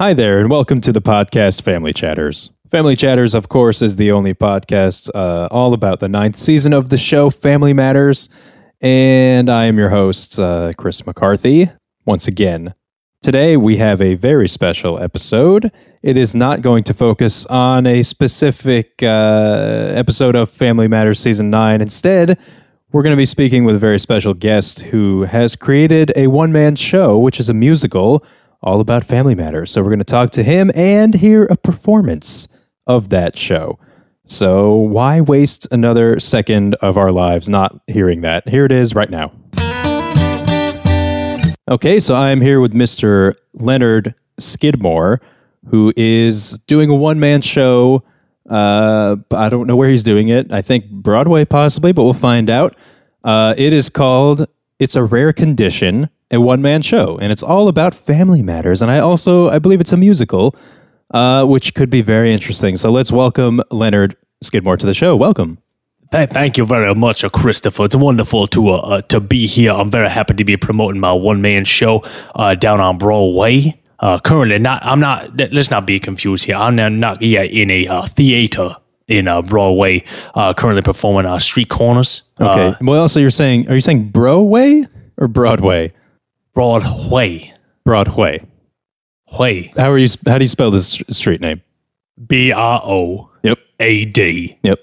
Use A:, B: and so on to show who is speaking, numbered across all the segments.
A: Hi there, and welcome to the podcast Family Chatters. Family Chatters, of course, is the only podcast uh, all about the ninth season of the show Family Matters. And I am your host, uh, Chris McCarthy, once again. Today, we have a very special episode. It is not going to focus on a specific uh, episode of Family Matters Season 9. Instead, we're going to be speaking with a very special guest who has created a one man show, which is a musical all about family matters. So, we're going to talk to him and hear a performance of that show. So, why waste another second of our lives not hearing that? Here it is right now. Okay, so I am here with Mr. Leonard Skidmore, who is doing a one man show. Uh, I don't know where he's doing it. I think Broadway, possibly, but we'll find out. Uh, it is called "It's a Rare Condition," a one man show, and it's all about family matters. And I also, I believe, it's a musical, uh, which could be very interesting. So let's welcome Leonard Skidmore to the show. Welcome.
B: Th- Thank you very much, uh, Christopher. It's wonderful to uh, uh, to be here. I'm very happy to be promoting my one man show uh, down on Broadway. Uh, currently, not I'm not. th- Let's not be confused here. I'm not, not yeah in a uh, theater in uh, Broadway. Uh, currently performing uh, street corners.
A: Okay.
B: uh,
A: well, also, you're saying, are you saying Broadway or Broadway?
B: Broadway.
A: Broadway.
B: Way.
A: How are you? How do you spell this st- street name?
B: B R O
A: Yep.
B: A D
A: Yep.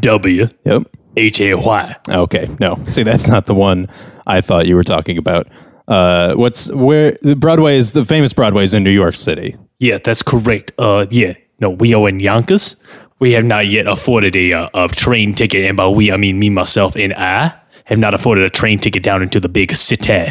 B: W
A: Yep.
B: H A Y.
A: Okay. No. See, that's not the one I thought you were talking about. Uh, what's where the Broadway is the famous Broadway is in New York City.
B: Yeah, that's correct. Uh, yeah, no, we are in Yonkers. We have not yet afforded a, uh, a train ticket, and by we, I mean me, myself, and I have not afforded a train ticket down into the big city.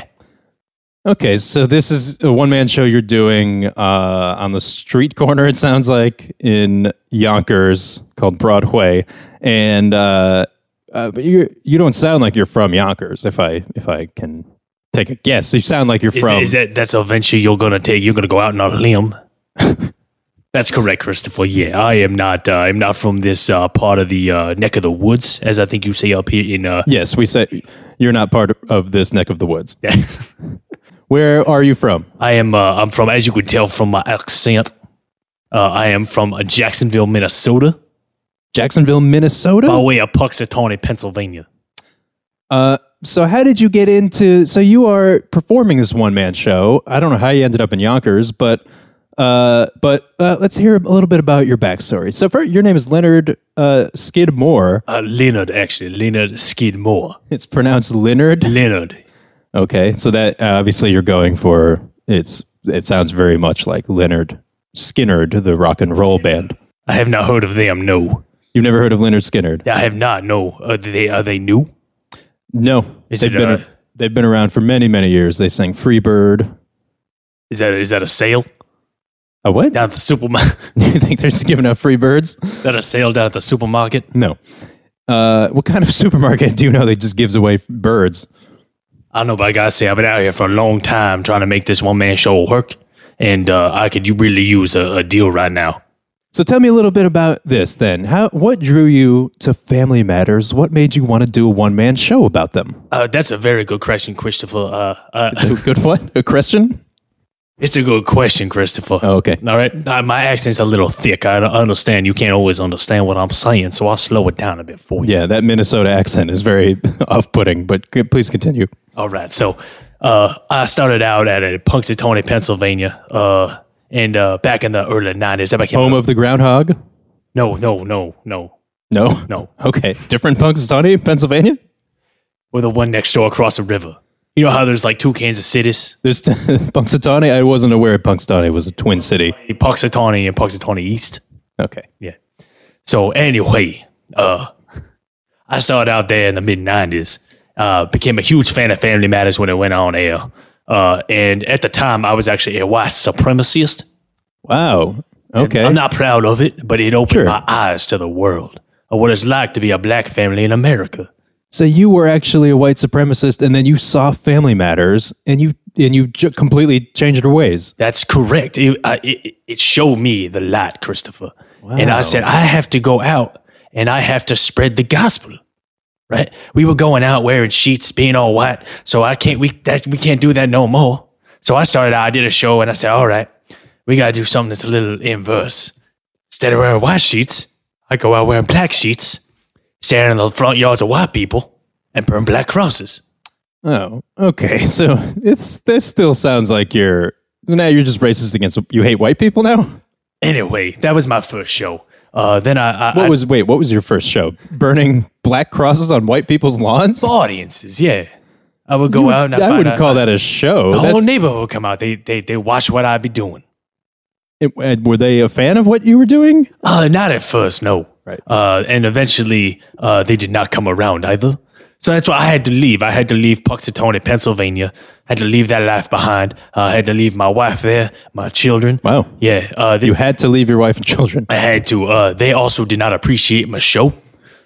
A: Okay, so this is a one-man show you're doing uh, on the street corner. It sounds like in Yonkers, called Broadway, and uh, uh, but you you don't sound like you're from Yonkers. If I if I can take a guess, you sound like you're
B: Is,
A: from.
B: is that that's a venture you're gonna take? You're gonna go out on a limb. that's correct, Christopher. Yeah, I am not. Uh, I'm not from this uh, part of the uh, neck of the woods, as I think you say up here in. Uh,
A: yes, we say you're not part of this neck of the woods. Where are you from?
B: I am. Uh, I'm from, as you could tell from my accent, uh, I am from uh, Jacksonville, Minnesota,
A: Jacksonville, Minnesota.
B: by way of Puxatawny, Pennsylvania.
A: Uh, so how did you get into? So you are performing this one man show. I don't know how you ended up in Yonkers, but uh, but uh, let's hear a little bit about your backstory. So first, your name is Leonard uh, Skidmore.
B: Uh, Leonard, actually. Leonard Skidmore.
A: It's pronounced Leonard.
B: Leonard.
A: Okay, so that uh, obviously you're going for it's. It sounds very much like Leonard Skinnerd, the rock and roll band.
B: I have not heard of them, no.
A: You've never heard of Leonard Skinnerd?
B: I have not, no. Are they, are they new?
A: No,
B: Is
A: they've
B: it,
A: been
B: uh,
A: they've been around for many many years. They sang "Free Bird."
B: Is that, is that a sale?
A: A what?
B: Down at the supermarket?
A: you think they're just giving out free birds?
B: that a sale down at the supermarket?
A: No. Uh, what kind of supermarket do you know that just gives away f- birds?
B: I don't know, but I gotta say, I've been out here for a long time trying to make this one man show work, and uh, I could you really use a, a deal right now.
A: So tell me a little bit about this then. How what drew you to Family Matters? What made you want to do a one man show about them?
B: Uh, that's a very good question, Christopher. Uh, uh,
A: It's a good one. A question?
B: it's a good question, Christopher.
A: Oh, okay.
B: All right. Uh, my accent's a little thick. I don't understand. You can't always understand what I'm saying, so I'll slow it down a bit for you.
A: Yeah, that Minnesota accent is very off putting, but c- please continue.
B: All right. So uh, I started out at a Punxsutawney, Pennsylvania, uh, and uh, back in the early nineties, I became
A: Home of the groundhog?
B: no, no, no, no,
A: No.
B: no.
A: Okay. Different Punxsutawney, Pennsylvania?
B: We're the one next door across the river. You know how there's like two Kansas cities,
A: There's t- Punxsutawney. I wasn't aware Punxsutawney was a twin city.
B: Punxsutawney and Punxsutawney East.
A: Okay.
B: So anyway, uh, I started out there in the mid '90s. Uh, became a huge fan of Family Matters when it went on air. Uh, and at the time, I was actually a white supremacist.
A: Wow. Okay.
B: I'm not proud of it, but it opened
A: Sure.
B: my eyes to the world of what it's like to be a black family in America.
A: So you were actually a white supremacist, and then you saw Family Matters, and you and you ju- completely changed your ways.
B: That's correct. It, I, it, it showed me the light, Christopher. And
A: Wow.
B: I said, I have to go out and I have to spread the gospel. Right? We were going out wearing sheets, being all white. So I can't. We that we can't do that no more. So I started out. I did a show, and I said, all right. we gotta do something that's a little inverse. Instead of wearing white sheets, I go out wearing black sheets, stand in the front yards of white people, and burn black crosses.
A: Oh, okay. So it's this still sounds like you're now you're just racist against you hate white people now.
B: Anyway, that was my first show. Uh, then I, I,
A: What
B: I
A: was wait? What was your first show? Burning black crosses on white people's lawns?
B: audiences, yeah. I would go out and I,
A: I
B: find
A: wouldn't
B: out- Oh,
A: call that a show.
B: the whole
A: That's-
B: neighborhood would come out. They they they watch what I be doing.
A: it- and were they a fan of what you were doing?
B: Uh, not at first, no.
A: Right.
B: Uh, and eventually, uh, they did not come around either. So that's why I had to leave. I had to leave Puxatone, Pennsylvania. I had to leave that life behind. Uh, I had to leave my wife there, my children.
A: Wow,
B: Yeah. Uh, they,
A: you had to leave your wife and children.
B: I had to. Uh, they also did not appreciate my show.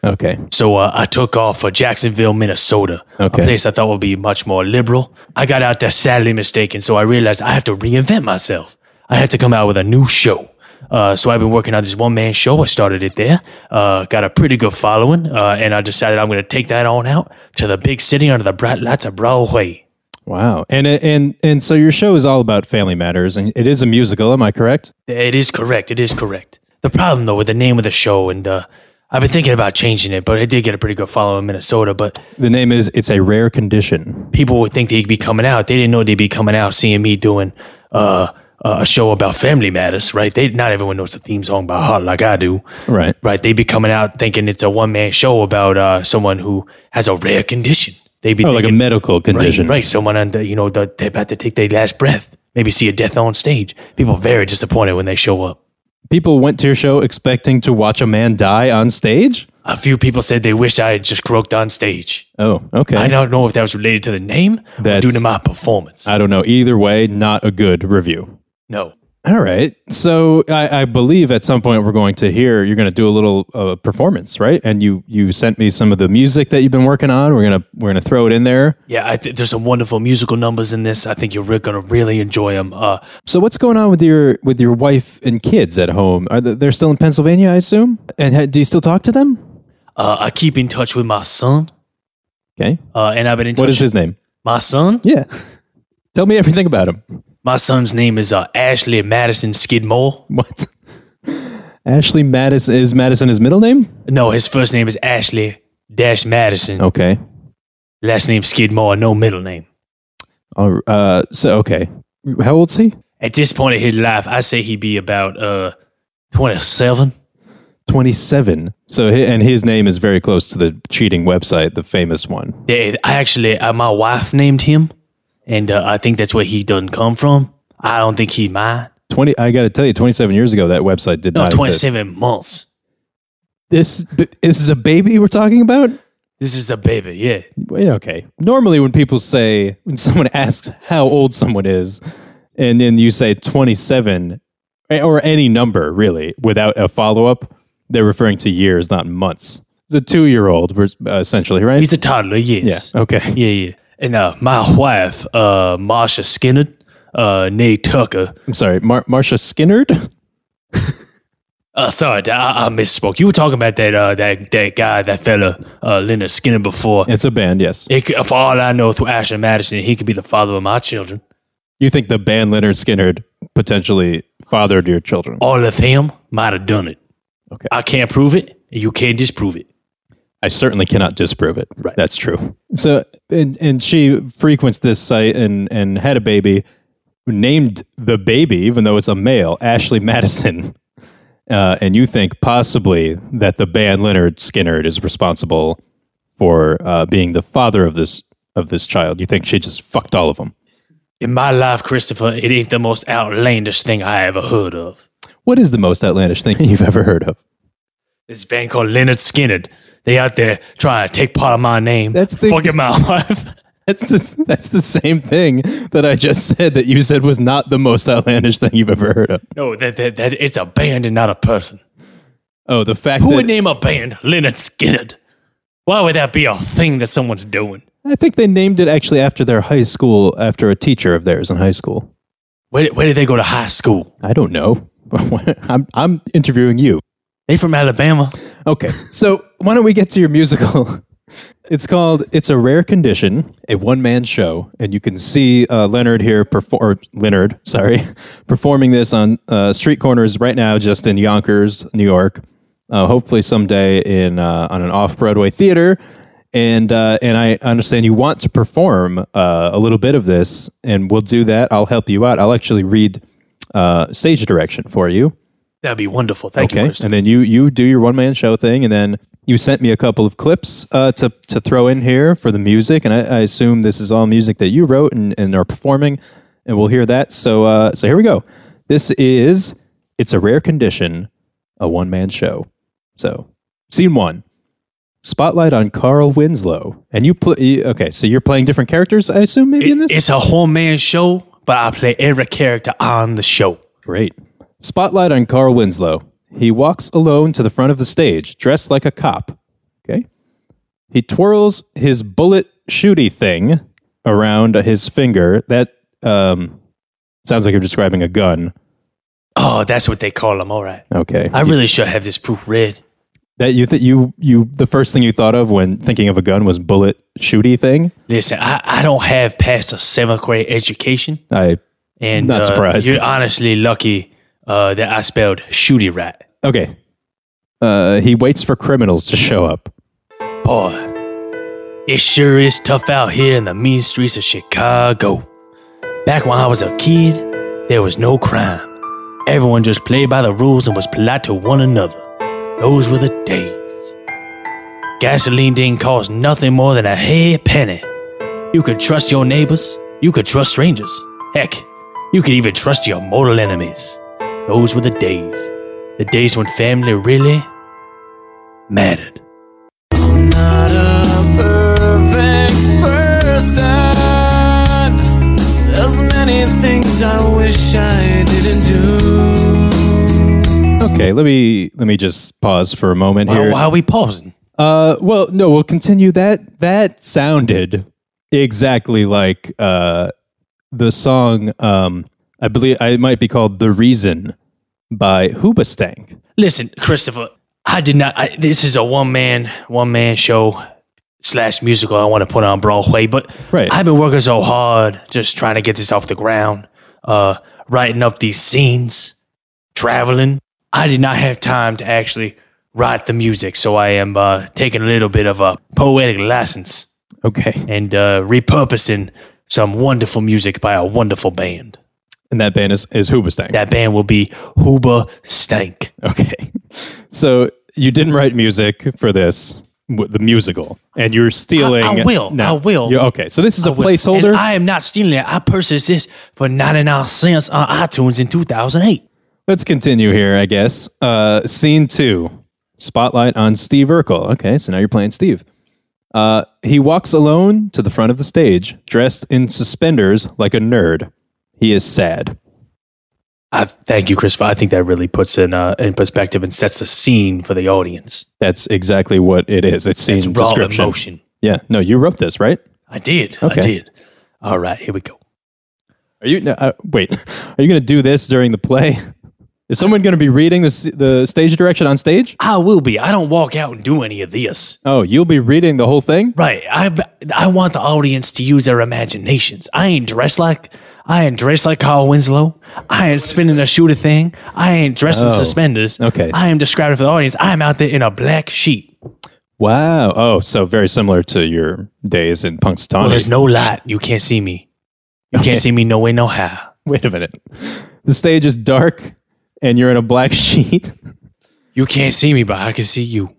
A: Okay,
B: So uh, I took off for Jacksonville, Minnesota,
A: Okay.
B: a place I thought would be much more liberal. I got out there sadly mistaken, so I realized I have to reinvent myself. I had to come out with a new show. Uh, so I've been working on this one man show. I started it there, uh, got a pretty good following, uh, and I decided I'm going to take that on out to the big city under the bright lights of Broadway.
A: wow. And and and so your show is all about family matters, and it is a musical. Am I correct?
B: It is correct. It is correct. The problem though with the name of the show, and uh, I've been thinking about changing it, but it did get a pretty good following in Minnesota. But
A: The name is it's a rare condition.
B: people would think they'd be coming out. They didn't know they'd be coming out seeing me doing uh, a show about family matters, right? They not everyone knows the theme song by heart like I do,
A: Right.
B: right? They'd be coming out thinking it's a one man show about uh, someone who has a rare condition. They'd be
A: Oh, like a
B: thinking,
A: medical condition.
B: right, right, someone under you know the, they're about to take their last breath, maybe see a death on stage. People are very disappointed when they show up.
A: People went to your show expecting to watch a man die on stage.
B: A few people said they wished I had just croaked on stage.
A: Oh, okay.
B: I don't know if that was related to the name or due
A: That's-
B: to my performance.
A: I don't know. Either way, not a good review.
B: no.
A: All right. So I, I believe at some point we're going to hear you're going to do a little uh, performance, right? And you you sent me some of the music that you've been working on. We're gonna we're gonna throw it in there.
B: Yeah, I th- there's some wonderful musical numbers in this. I think you're re- gonna really enjoy them. Uh,
A: So what's going on with your with your wife and kids at home? Are they, they're still in Pennsylvania, I assume? And ha- do you still talk to them?
B: uh, I keep in touch with my son,
A: Okay.
B: uh, and I've been in touch.
A: What is his name?
B: my son?
A: Yeah. Tell me everything about him.
B: My son's name is uh, Ashley Madison Skidmore.
A: What? Ashley Madison is Madison his middle name?
B: No, his first name is Ashley Dash Madison.
A: Okay.
B: Last name Skidmore, no middle name.
A: All- Uh, so okay. How old's he?
B: At this point in his life, I say he'd be about uh, 27.
A: 27. So, hi- and his name is very close to the cheating website, the famous one.
B: Yeah, I actually, uh, my wife named him, and uh, I think that's where he done come from. I don't think he mine.
A: 20, I got to tell you, 27 years ago, that website did
B: No,
A: not exist.
B: 27 months.
A: This, b- this is a baby we're talking about?
B: This is a baby, yeah.
A: Wait, okay. Normally, when people say, when someone asks how old someone is, and then you say 27 eh, or any number really without a follow up, they're referring to years, not months. It's a two year old, essentially, right?
B: He's a toddler,
A: yeah.
B: yes.
A: Okay.
B: Yeah, yeah. And uh, my wife, uh, Marsha Skinner, uh, Nay Tucker.
A: I'm sorry. Mar- Marsha Skinnerd?
B: Uh, sorry, I, I misspoke. You were talking about that uh, that that guy, that fella, uh, Leonard Skinner before.
A: It's a band, yes.
B: It could, for all I know, through Ashley Madison, he could be the father of my children.
A: You think the band Leonard Skinnerd potentially fathered your children?
B: All of him might have done it.
A: Okay.
B: I can't prove it, and you can't disprove it.
A: I certainly cannot disprove it.
B: Right.
A: That's true. So, and, and she frequents this site and, and had a baby, named the baby, even though it's a male, Ashley Madison. Uh, and you think possibly that the band Leonard Skinnerd is responsible for uh, being the father of this of this child. You think she just fucked all of them.
B: In my life, Christopher, it ain't the most outlandish thing I ever heard of.
A: What is the most outlandish thing you've ever heard of?
B: This band called Leonard Skinner. They out there trying to take part of my name.
A: That's the-
B: fucking my wife.
A: That's the that's the same thing that I just said that you said was not the most outlandish thing you've ever heard of.
B: No, that, that, that it's a band and not a person.
A: Oh, the fact
B: Who
A: that
B: would name a band Leonard Skinner? Why would that be a thing that someone's doing?
A: I think they named it actually after their high school, after a teacher of theirs in high school.
B: Where, where did they go to high school?
A: I don't know. I'm I'm interviewing you.
B: They from Alabama.
A: Okay, so why don't we get to your musical? It's called "It's a Rare Condition," a one-man show, and you can see uh, Leonard here perform. Or Leonard, sorry, performing this on uh, street corners right now, just in Yonkers, New York. Uh, hopefully, someday in uh, on an off-Broadway theater. And uh, and I understand you want to perform uh, a little bit of this, and we'll do that. I'll help you out. I'll actually read uh, stage direction for you.
B: That'd be wonderful. Thank you,
A: Okay,
B: Chris.
A: and then you you do your one man show thing, and then you sent me a couple of clips uh, to to throw in here for the music, and I, I assume this is all music that you wrote and, and are performing, and we'll hear that. So uh, so here we go. This is it's a rare condition, a one man show. So scene one, spotlight on Carl Winslow, and you play. Okay, so you're playing different characters, I assume maybe in this.
B: It's a one man show, but I play every character on the show.
A: Great. Spotlight on Carl Winslow. He walks alone to the front of the stage, dressed like a cop. Okay. He twirls his bullet shooty thing around his finger. That um, sounds like you're describing a gun.
B: Oh, that's what they call them. All right.
A: Okay.
B: I really should have this proofread.
A: that you th- you you the first thing you thought of when thinking of a gun was bullet shooty thing.
B: Listen, I, I don't have past a seventh grade education.
A: I
B: And
A: Not
B: uh,
A: surprised.
B: You're honestly lucky uh, that I spelled shooty rat.
A: okay. Uh, he waits for criminals to show up.
B: Boy, it sure is tough out here in the mean streets of Chicago. Back when I was a kid, there was no crime. Everyone just played by the rules and was polite to one another. Those were the days. Gasoline didn't cost nothing more than a halfpenny. You could trust your neighbors, you could trust strangers. Heck, you could even trust your mortal enemies. Those were the days. The days when family really mattered.
C: not a perfect person. There's many things I wish I didn't do.
A: Okay, let me let me just pause for a moment
B: Why,
A: here.
B: why are we pausing?
A: Uh, well, no, we'll continue that. That sounded exactly like uh, the song. Um, I believe I might be called "The Reason" by Hoobastank.
B: Listen, Christopher, I did not. I, this is a one man, one man show slash musical I want to put on Broadway, but
A: Right.
B: I've been working so hard just trying to get this off the ground, uh, writing up these scenes, traveling. I did not have time to actually write the music, so I am uh, taking a little bit of a poetic license
A: Okay,
B: and uh, repurposing some wonderful music by a wonderful band.
A: and that band is is Hoobastank.
B: That band will be Huba Stank.
A: Okay, so you didn't write music for this w- the musical, and you're stealing.
B: I will, I will.
A: You're- okay, so this is a
B: Well,
A: placeholder.
B: and I am not stealing it. I purchased this for 99 cents on iTunes in 2008.
A: Let's continue here, I guess. Uh, scene two Spotlight on Steve Urkel. Okay, so now you're playing Steve. Uh, he walks alone to the front of the stage, dressed in suspenders like a nerd. He is sad.
B: I thank you, Christopher. I think that really puts in uh, in perspective and sets the scene for the audience.
A: That's exactly what it is. It's scene
B: It's raw
A: description.
B: emotion.
A: Yeah, no, you wrote this, right?
B: I did.
A: Okay.
B: I did. All right, here we go.
A: Are you no, uh, wait? Are you going to do this during the play? Is someone going to be reading the s- the stage direction on stage?
B: I will be. I don't walk out and do any of this.
A: Oh, you'll be reading the whole thing.
B: Right. I I want the audience to use their imaginations. I ain't dressed like I ain't dressed like Carl Winslow. I ain't spinning a shooter thing. I ain't dressed in suspenders.
A: okay.
B: I am describing for the audience. I am out there in a black sheet.
A: Wow. Oh, so very similar to your days in Punxsutawney.
B: Well, there's no light. You can't see me. You can't see me no way, no how.
A: Wait a minute. The stage is dark and you're in a black sheet.
B: You can't see me, but I can see you.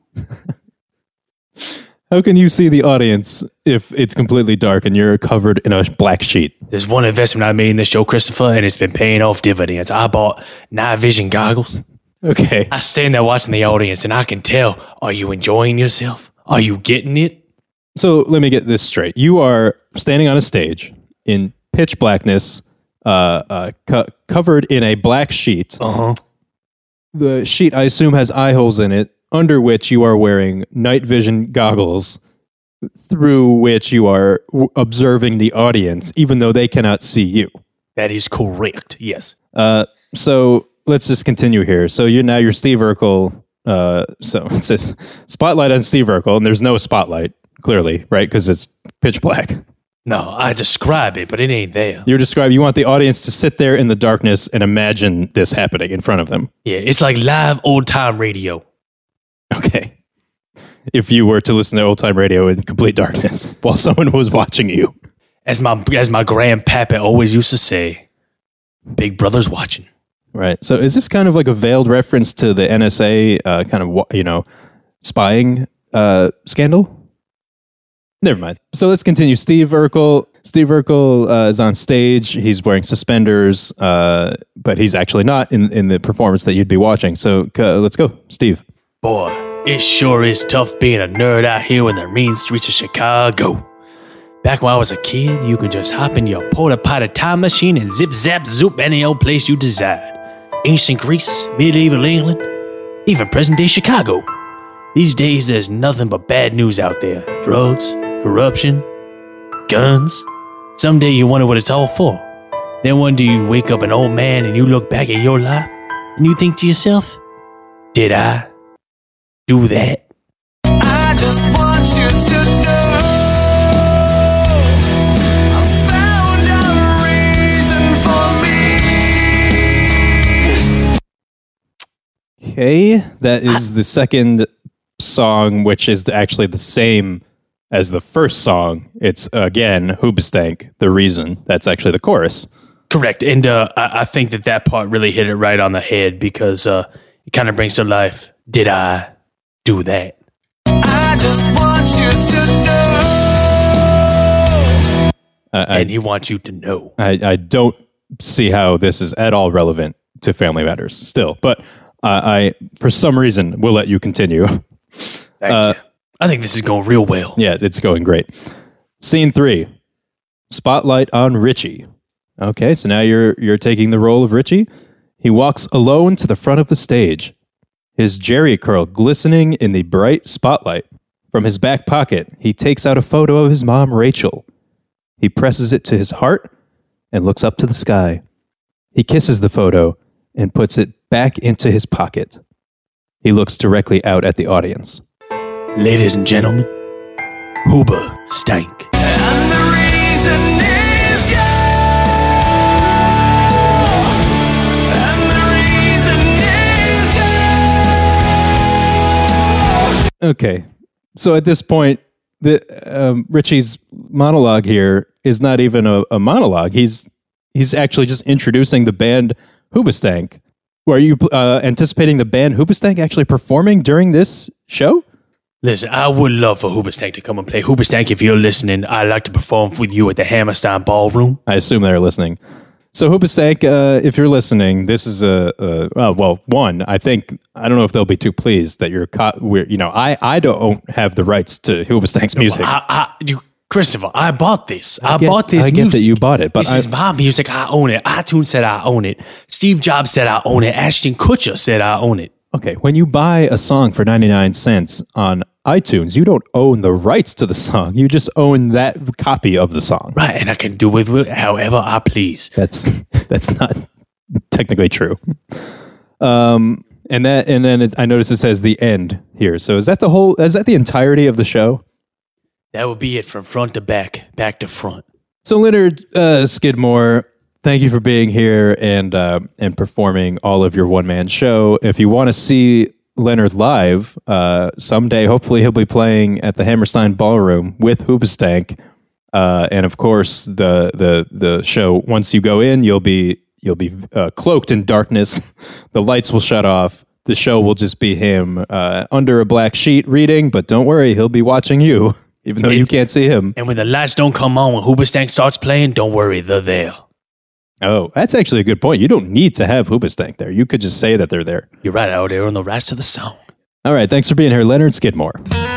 A: How can you see the audience if it's completely dark and you're covered in a black sheet?
B: There's one investment I made in this show, Christopher, and it's been paying off dividends. I bought night vision goggles.
A: Okay.
B: I stand there watching the audience and I can tell, are you enjoying yourself? Are you getting it?
A: So let me get this straight. You are standing on a stage in pitch blackness, uh, uh, co- covered in a black sheet.
B: Uh-huh.
A: The sheet, I assume, has eye holes in it, under which you are wearing night vision goggles, through which you are w- observing the audience, even though they cannot see you.
B: That is correct. Yes.
A: Uh, so let's just continue here. So you now you're Steve Urkel. Uh, so it says spotlight on Steve Urkel, and there's no spotlight clearly, right? Because it's pitch black.
B: No, I describe it, but it ain't there.
A: You're describing, you want the audience to sit there in the darkness and imagine this happening in front of them.
B: Yeah, it's like live old time radio.
A: Okay. If you were to listen to old time radio in complete darkness while someone was watching you.
B: As my as my grandpappy always used to say, Big Brother's watching.
A: Right. So is this kind of like a veiled reference to the NSA uh, kind of, wa- you know, spying uh, scandal? Never mind. So let's continue. Steve Urkel. Steve Urkel uh, is on stage. He's wearing suspenders, uh, but he's actually not in, in the performance that you'd be watching. So uh, let's go, Steve.
B: Boy, it sure is tough being a nerd out here in the mean streets of Chicago. Back when I was a kid, you could just hop in your porta potty time machine and zip zap zoop any old place you desired. Ancient Greece, medieval England, even present day Chicago. These days, there's nothing but bad news out there drugs, corruption, guns. Someday you wonder what it's all for. Then one day you wake up an old man and you look back at your life and you think to yourself, did I do that?
C: I just want you to know I found a reason for me.
A: Okay, that is the second song, which is the- actually the same as the first song. It's again Hoobastank, the reason. That's actually the chorus.
B: Correct. And uh, I, I think that that part really hit it right on the head because uh, it kind of brings to life, did I do that?
C: I just want you to know.
A: I,
B: and he wants you to know.
A: I, I, I don't see how this is at all relevant to Family Matters still, but uh, I, for some reason, will let you continue.
B: Thank you. I think this is going real well.
A: yeah, it's going great. Scene three, spotlight on Richie. Okay, so now you're you're taking the role of Richie. He walks alone to the front of the stage, his jerry curl glistening in the bright spotlight. From his back pocket, he takes out a photo of his mom, Rachel. He presses it to his heart and looks up to the sky. He kisses the photo and puts it back into his pocket. He looks directly out at the audience.
B: Ladies and gentlemen, Huber stank.
C: And the reason is you. And the reason is you.
A: Okay. So at this point, the um, Richie's monologue here is not even a, a monologue. He's he's actually just introducing the band Hoobastank. Were you uh, anticipating the band Hoobastank actually performing during this show?
B: Listen, I would love for Huber stank to come and play. Huber stank, if you're listening, I'd like to perform with you at the Hammerstein Ballroom.
A: I assume they're listening. So Hoobastank, uh, if you're listening, this is a, a uh, well, one. I think I don't know if they'll be too pleased that you're caught. We're, you know, I I don't have the rights to Hoobastank's music.
B: I, I, you, Christopher, I bought this. I,
A: get-
B: bought this.
A: I get that
B: music.
A: you bought it, but
B: this
A: I-
B: is my music. I own it. iTunes said I own it. Steve Jobs said I own it. Ashton Kutcher said I own it.
A: Okay, when you buy a song for 99 cents on iTunes, you don't own the rights to the song. You just own that copy of the song.
B: Right, and I can do it with however I please.
A: That's that's not technically true. Um and that and then it, I noticed it says the end here. So is that the whole is that the entirety of the show?
B: That would be it from front to back, back to front.
A: So Leonard uh, Skidmore, thank you for being here and uh, and performing all of your one man show. If you want to see Leonard live uh, someday, hopefully he'll be playing at the Hammerstein Ballroom with Hoobastank. Uh, and of course, the the the show. Once you go in, you'll be you'll be uh, cloaked in darkness. the lights will shut off. The show will just be him uh, under a black sheet reading. But don't worry, he'll be watching you, even though you can't see him.
B: And when the lights don't come on, when Hoobastank starts playing, don't worry, they're there.
A: Oh, that's actually a good point. You don't need to have Hoobastank there. You could just say that they're there.
B: You're right out there on the rest of the song.
A: All right, thanks for being here, Leonard Skidmore.